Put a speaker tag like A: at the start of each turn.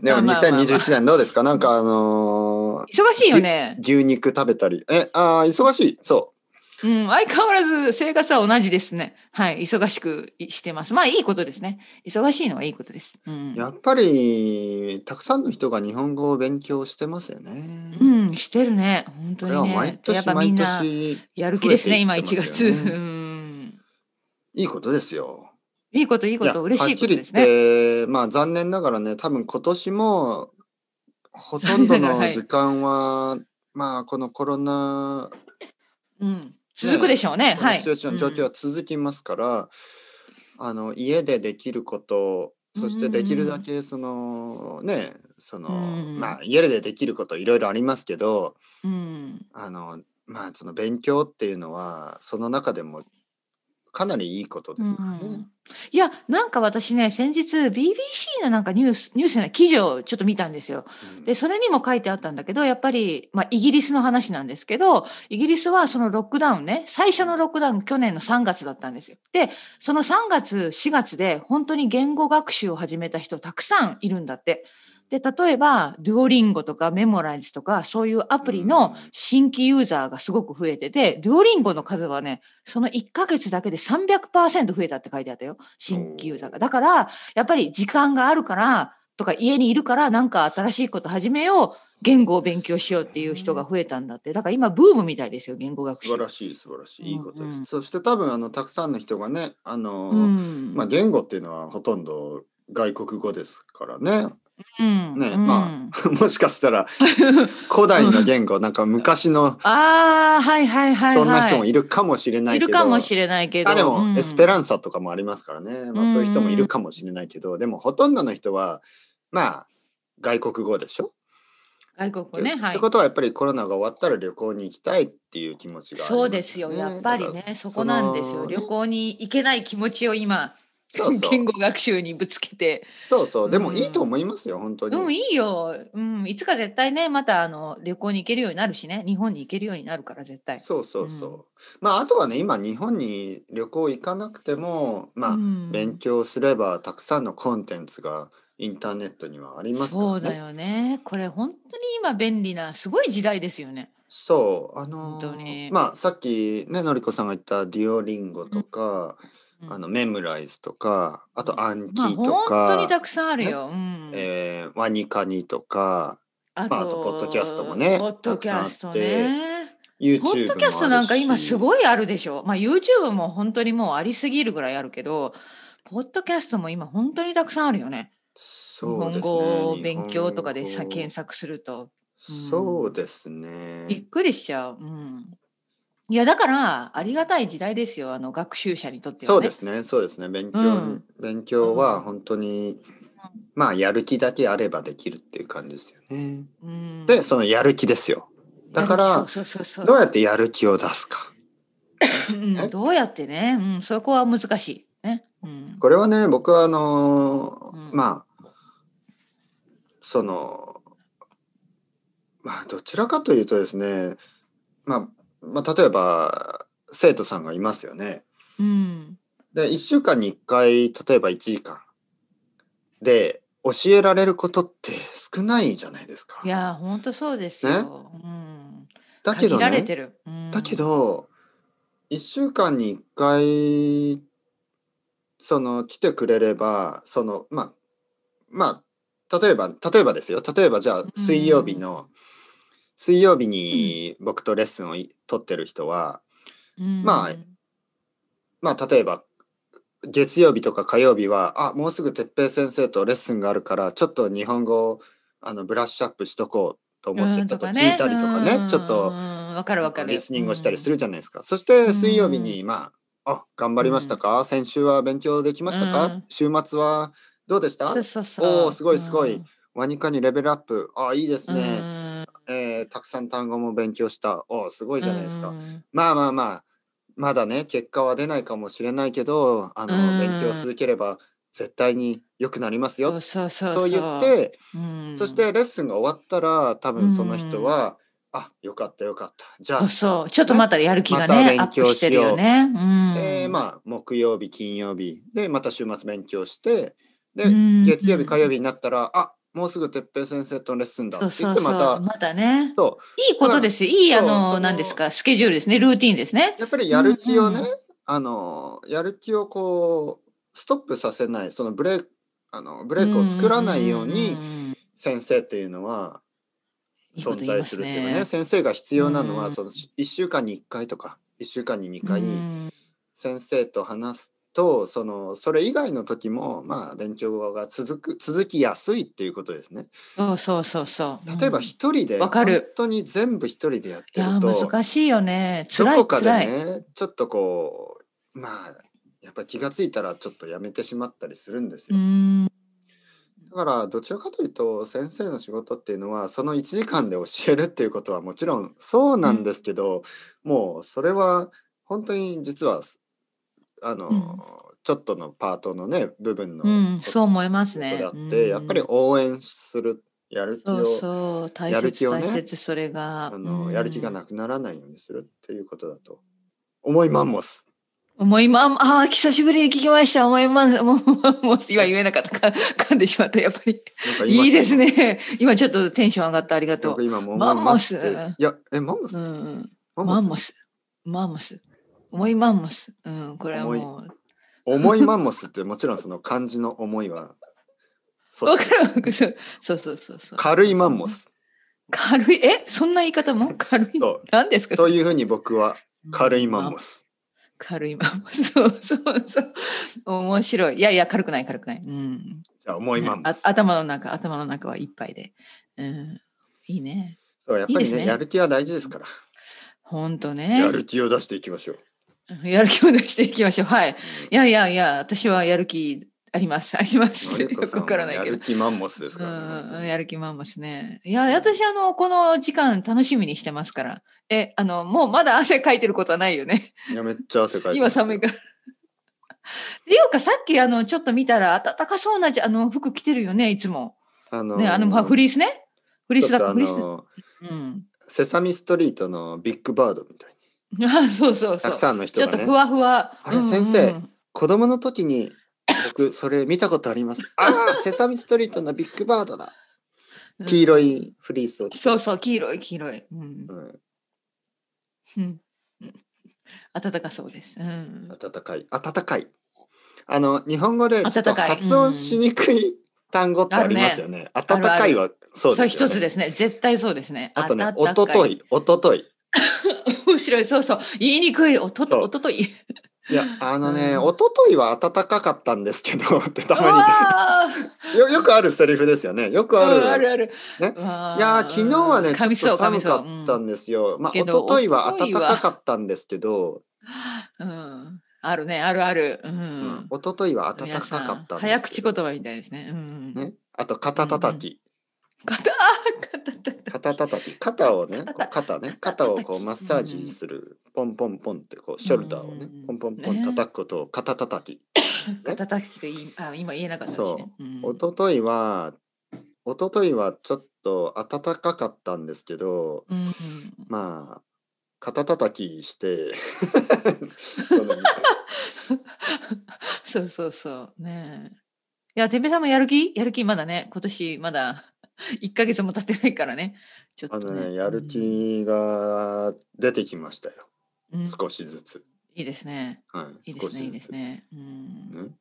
A: でも
B: まあまあまあ
A: 2021年どうですかなんかあの
B: 忙しいよね
A: ー。牛肉食べたり。え、ああ、忙しい。そ
B: うん、相変わらず生活は同じですね。はい、忙しくしてます。まあいいことですね。忙しいのはいいことです。うん
A: う。、やっぱり、たくさんの人が日本語を勉強してますよね。
B: う
A: こ
B: ん、してるね。本当
A: れは
B: に
A: 毎
B: ね。やっ
A: 年
B: ぱみん
A: 毎
B: な
A: 年、
B: やる気ですね、今
A: 増えて
B: 1
A: いってます
B: 月。
A: よ
B: う
A: ね
B: ん。
A: いいことですよ。
B: いいこと、いいこ
A: や
B: と、嬉しいことで
A: はっき
B: す
A: り
B: ね。
A: 言って、まあ残念ながらね、多分今年もほとんど
B: だから
A: の
B: はい
A: 時間は、まあこのコロナ
B: うん。続くでしょうね。
A: この
B: はい。
A: シチュエーション状況は続きますから、あの家でできることそしてできるだけそのねその、
B: うん
A: まあ家でできることいろいろありますけど
B: うん。うん
A: あのまあその勉強っていうのはその中でもかなりいいことですからね。
B: うんいや、なんか私ね、先日 BBC のなんかニュース、ニュースじゃない記事をちょっと見たんですよ。
A: うん
B: で、それにも書いてあったんだけど、やっぱり、まあ、イギリスの話なんですけど、イギリスはそのロックダウンね、最初のロックダウン、去年の3月だったんですよ。で、その3月、4月で、本当に言語学習を始めた人、たくさんいるんだって。で、例えば、デュオリンゴとかメモライズとか、そういうアプリの新規ユーザーがすごく増えてて、デュオリンゴの数はね、その1ヶ月だけで300%増えたって書いてあったよ。新規ユーザーが。だから、やっぱり時間があるから、とか家にいるから、なんか新しいこと始めよう。言語を勉強しようっていう人が増えたんだって。だから今、ブームみたいですよ、言語学習。
A: 素晴らしい素晴らしいいいことです。
B: うんうん
A: そして多分あのたくさんの人がねあの、
B: うん。
A: まあ、言語っていうのはほとんど外国語ですからね
B: うん、
A: ね
B: うん
A: ま もしかしたら古代の言語なんか昔の
B: ああ、はいはいはい、はい。
A: そんな人もいるかもしれない
B: い
A: けど。
B: るかもしれないけど。
A: あでも、
B: うん
A: エスペランサとかもありますからね、まあ、そういう人もいるかもしれないけど、でもほとんどの人はまあ外国語でしょ、
B: 外国ね、
A: って
B: はい
A: って。ことはやっぱりコロナが終わったら旅行に行きたいっていう気持ちがありますよね、
B: そうですよ、やっぱり
A: だか
B: ね、
A: ら
B: そこなんですよ。
A: の
B: 旅行に行けない気持ちを今、
A: そうそう
B: 言語学習にぶつけて。
A: そうそうでも
B: うん
A: いいと思いますよ本当に、
B: うん、いいよ。うん、いつか絶対ね、またあの旅行に行けるようになるしね、日本に行けるようになるから、絶対。
A: そうそうそう、
B: うん
A: まああとはね今日本に旅行行かなくてもまあ、
B: うん
A: 勉強すればたくさんのコンテンツがインターネットにはありますからね
B: そうだよね。これ本当に今便利なすごい時代ですよね。
A: そうあのー
B: 本当に
A: まあさっきねのりこさんが言ったデュオリンゴとか、
B: うん
A: あのメムライズとかあとアンキ
B: まあ
A: ーと
B: 本
A: か、
B: 当にたくさんあるよ。うん。
A: えーワニカニとか
B: あ
A: まああとポッドキャストもね
B: ポッドキャスト
A: たくさん
B: ね。
A: YouTube も
B: ポ
A: あるし
B: ッドキャストなんか今すごいあるでしょ。まあ YouTube も本当にもうありすぎるぐらいあるけど、ポッドキャストも今本当にたくさんあるよね。日
A: そうです
B: 本
A: ね
B: 語を勉強とかで
A: 日
B: さ
A: 本語
B: 検索するとうん
A: そうです
B: びっ
A: ね
B: くりしちゃう。うん。いやだからありがたい時代ですよ。あの学習者にとってはね。
A: そうですねそうですね勉強に、
B: うん
A: 勉強は
B: うん
A: 本当に、まあやる気だけあればできるっていう感じですよね
B: うん。
A: でそのやる気ですよだから
B: そうそうそうそう
A: どうやってやる気を出すか
B: うん、どうやってね、うん、そこは難しい。ね。うん。
A: これはね僕はあのー
B: うん
A: まあそのまあどちらかというとですね、まあ、まあ例えば生徒さんがいますよね。
B: うん。
A: で1週間に1回例えば1時間で教えられることって少ないじゃないですか
B: い。やー、本当そうですよ。うん。
A: だけど
B: 限られ
A: ね
B: てる。うん
A: だけ。ど1週間に1回その来てくれればそのまあまあ例えば例えばですよ例えばじゃあ水曜日の、水曜日に僕とレッスンをい取ってる人は、
B: うん
A: まあまあ例えば月曜日とか火曜日はあもうすぐ哲平先生とレッスンがあるからちょっと日本語をあのブラッシュアップしとこうと思って
B: うん
A: ちょっと
B: か
A: 聞いたりとかね、
B: うん
A: ちょっと。
B: うんわかるわかる。
A: リスニングをしたりする
B: じ
A: じゃないですか。そして水曜日に、まあ、あ、頑張りましたか、先週は勉強できましたか、
B: うん
A: 週末はどうでした
B: そうそうそう。
A: おーすごいすごいワニカにレベルアップ。あ、いいです
B: うん。
A: ね、えーたくさん単語も勉強した。おーすご
B: う
A: い
B: ん
A: じゃないですか。
B: うん
A: まあまあまあ、まだね、結果は出ないかもしれないけど、あの、
B: うん
A: 勉強を続ければ絶対に良くなりますよ。
B: そうそうそう。
A: そう言っ、て、
B: うん
A: そし、てレッスンが終わったら、多分その人は、あ、よかったよかった。じゃあ
B: そう、そう。ちょっとまたやる気が
A: また
B: ね、ア
A: 勉
B: ップ
A: 強
B: して
A: し
B: る
A: よう
B: よね。うん。
A: でまあ木曜日金曜日でまた週末勉強してで
B: うん
A: 月曜日火曜日になったらあもうすぐ哲平先生とのレッスンだって
B: そ
A: 言
B: うそ
A: っ
B: うそ
A: て
B: う。
A: また
B: またね。
A: そ
B: いいことですよ。いい、あ
A: そうそ
B: の、
A: の
B: なんですか、スケジュールですね。ルーティンですね。
A: やっぱりやる気をね、
B: うんう
A: あのやる気をこうストップさせないそのブレあのブレークを作らないように
B: ん
A: 先生っていうのは存在するっていうかね
B: いいこと言います
A: 先
B: ね
A: 生が必要なのは
B: うん
A: その1週間に1回とか1週間に2
B: う
A: 回
B: ん
A: 先生と話すとそのそれ以外の時もまあ勉強が続く続きやすいっていうことですね。
B: そうそうそうそう。
A: 例えば
B: うんい
A: 一人で
B: わ
A: 本
B: かる
A: 当に全部一人でやって
B: や
A: ると、
B: ー難しいよね。
A: ど
B: 辛い
A: こかで
B: 辛い。
A: ねちょっとこうまあやっぱり気がついたらちょっとやめてしまったりするんです
B: う
A: よ。
B: ん
A: だからどちらかというと先生の仕事っていうのはその1時間で教えるっていうことはもちろんそうなんですけど、もうそれは本当に実はあの、
B: うん
A: ちょっとのパートのね部分のこ
B: う
A: と
B: ん、そう思いますね。
A: であって、
B: うん
A: やっぱり応援するやる気を
B: そうそう、大
A: やる
B: 切、
A: 気をね
B: 大切、それが。
A: あのやる気が
B: く。
A: なくならないようにするっていうことだと思いまんもす。
B: もう今、ああ、久しぶりに聞きました。思います。もう、もう、今言えなかった。か噛んでしまった。やっぱり。
A: なんか 言ま
B: いい
A: した
B: ですね。今ちょっとテンション上がった。ありがと
A: 僕
B: う。
A: 今も思いますって
B: マンモス
A: いや、え、マンモス、
B: うん、
A: マン
B: マン
A: モ
B: モ
A: ス
B: ス。マンモス。思いマンモス。うん、これはもう。
A: 重いマンモスってもちろんその漢字の思いは、そ
B: わ
A: っ
B: か
A: ち
B: るわかる。そうそうそうそう。
A: 軽いマンモス
B: 軽い。え、そんな言い方も軽い
A: そう。
B: 何ですか。
A: というふうに僕は軽いマン
B: ま
A: モ
B: あ
A: ス。
B: 軽いマンモス。そうそうそう。面白い。いやいや、軽くない、軽くない。うん。
A: じゃあ重いマンモス
B: あ。頭の中、頭の中はいっぱいで。うん。いいね。
A: そうやっぱ
B: いい
A: り
B: です
A: ね
B: ね
A: やる気は大事ですから、
B: ほんとね。
A: やる気を出していきましょう。
B: やる気を出していきましょう。はい。いやいやいや、私はやる気あります。あります。
A: の
B: よ
A: り
B: く
A: こさん
B: わ
A: は
B: からない
A: や
B: けど
A: る。気マンモスです
B: う
A: からね、
B: ん、やる気満々ですね。いや、私、あの、この時間楽しみにしてますから。え、あの、もうまだ汗かいてることはないよね。
A: いやめっちゃ汗かいて
B: 今
A: ますよ
B: 寒いから。っていうか、さっき、あの、ちょっと見たら、暖かそうなじ、あの、服着てるよね、いつも。
A: あの
B: ね、あの、まあフリースね。フリース
A: ちょ
B: だ
A: っと
B: か
A: あ
B: ら、フリース。
A: の
B: うん。
A: セサミストリートのビッグバードみたいに
B: あ そうそうそ
A: たく
B: う。
A: さんの
B: ち
A: 人
B: ょっ
A: が
B: と
A: ね
B: ふわふわ。
A: あれ先生子供の時に僕それ見たことあります。あ あ、セサミストリートのビッグバードだ。黄
B: 色
A: 色いフリースを着て。
B: そうそう、黄色い、黄色い。うん
A: う。ん、
B: うん暖かそうです。うん。
A: 暖かい。暖かい。あの日本語でちょっと
B: 暖かい
A: 発音しにくい単語ってありますよね。暖かいはそ
B: そう
A: で
B: れ
A: すよ、ね。
B: 一つですね。絶対そうですね。
A: あとね、
B: 暖
A: お
B: か
A: とと。い、おととい。
B: 面白い、そうそう。言いにくい、おと
A: そ
B: と、
A: う
B: おととい。
A: いや、あのね、
B: うん
A: おとといは暖かかったんですけどってた
B: う
A: ま
B: わ
A: によよくあるセリフですよね。よくあ
B: ーうん
A: る。
B: あるある。
A: ね
B: うわー
A: いやー昨日はねちょ
B: 噛みそ
A: っと
B: う噛
A: 寒
B: みそ
A: か
B: う
A: ったんですよ。まあ
B: け
A: 一
B: ど
A: 昨日は
B: 一
A: 暖
B: 昨日は
A: かかったんですけど、
B: うんうんあるね、あるある。う。
A: うん一昨日は暖
B: 皆
A: か
B: さん
A: かったんですけど
B: 早口言葉みたいですね。うん。
A: ね、あと肩たたき、
B: 肩、あー肩たたき
A: 肩たたき、肩をね、
B: 肩
A: こう肩ね、肩をこうマッサージする、ポンポンポンってこうショルダーをね
B: う、ん
A: ポンポンポン叩くことを肩たたき。
B: 肩たたきがいい、あ、今言えなかったしね。うん
A: 一昨日は、一昨日はちょっと暖かかったんですけど、
B: うんうん
A: まあ肩たたきして その
B: そうそうそう。ねえ。いや、てっぺいさんもやる気やる気まだね。今年まだ 1ヶ月も経ってないからね。ちょっ
A: あ
B: と、ね。
A: のね、やる
B: うん
A: 気が出てきましたよ。
B: うんい
A: 少しずつ。
B: いですね。
A: はい
B: い
A: い、
B: で
A: 少
B: す
A: し
B: ね。いい
A: ず
B: で
A: つ
B: す。ね。うん。
A: ね